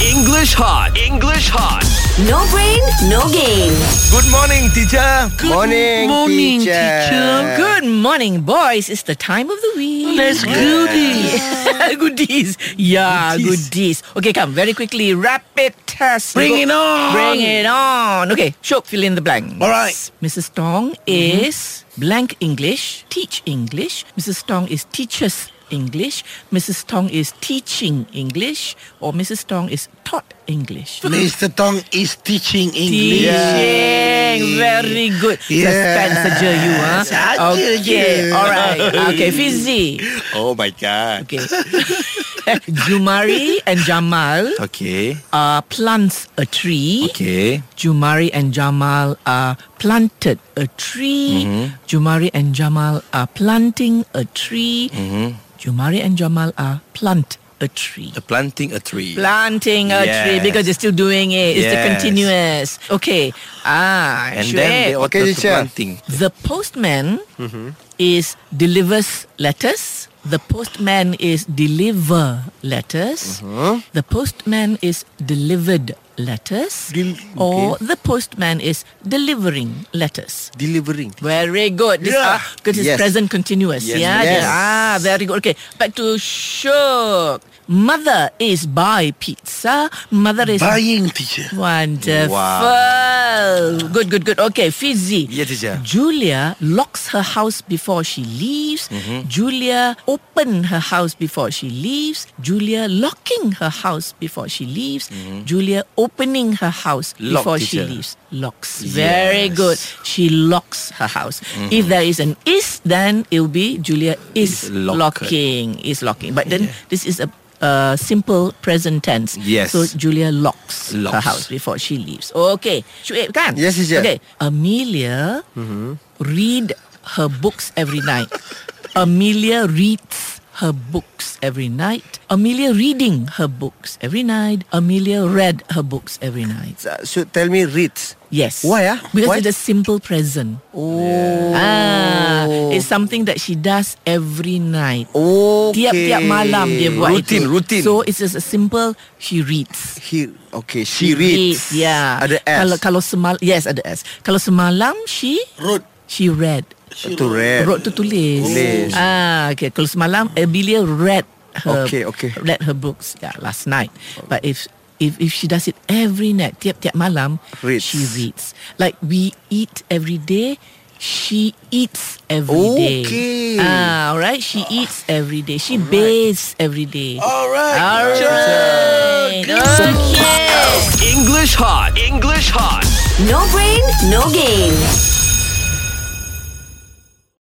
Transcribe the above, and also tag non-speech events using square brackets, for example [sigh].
English hot. English hot. No brain, no game. Good morning, teacher. Good Morning, teacher. Good morning, boys. It's the time of the week. Let's goodies. [laughs] goodies. Yeah, Goodies. goodies. Okay, come very quickly. Rapid test. Bring it on. Bring it on. Okay, Shok, fill in the blank. All right. Mrs. Tong Mm-hmm. is blank English, teach English. Mrs. Tong is teachers English. Mrs. Tong is teaching English, or Mrs. Tong is taught English. Mr. Tong is teaching English. Teaching. Very good. Yeah. Suspense saja you, ha? Saja okay. je. All right. Okay, Fizi. Oh my god. Okay. Jumari and Jamal Okay. uh, plants a tree. Okay. Jumari and Jamal uh, planted a tree. Jumari and Jamal are planting a tree. Jumari and Jamal are plant a tree. The planting a tree. Planting a Yes. tree because they're still doing it. It's the Yes. continuous. Okay. Ah, and Shuib. then they Mm-hmm. also Okay, to teacher. planting. The postman is delivers letters. The postman is deliver letters. Mm-hmm. The postman is delivered letters. Del- or the postman is delivering letters. Delivering. Very good. This Yeah. are, because it's Yes. present continuous. Yes. Yeah. Yes. Ah, very good. Okay. Back to shook. Mother is buy pizza. Mother is Buying teacher. Wonderful. Good, good, good. Okay, Fizzy. Yeah, teacher. Julia locks her house before she leaves. Mm-hmm. Julia open her house before she leaves. Julia locking her house before she leaves. Mm-hmm. Julia opening her house Lock, before she teacher. leaves. Locks. Very good. She locks her house. Mm-hmm. If there is an is, then it will be Julia is Is locked. locking. Is locking. But then this is a uh, simple present tense. Yes. So Julia locks, her Locks. house before she leaves. Okay. Shuib kan? Yes, teacher. Okay. Amelia read her books every night. Amelia reads her books every night. Amelia reading her books every night. Amelia read her books every night. Uh, should tell me reads. Yes. Why, ah? Because Why? it's a simple present. Oh. Ah, it's something that she does every night. Okay. Tiap-tiap malam dia buat Rutin, itu. rutin. So it's just a simple she reads. He, okay, she reads. Yeah. Ada S. ya. Kalau kalau semal yes ada S. Kalau semalam she Road. she read. To read. Wrote tu tulis. Tulis. Ah, okay. Kalau semalam Amelia read her Okay, okay. read her books yeah, last night. But if if if she does it every night, tiap-tiap malam, Reads. she reads. Like we eat every day, she eats every day. Okay. Ah, all right. She eats every day. She bathes every day. All All right. right. Okay. English hot. English hot. No brain, no game.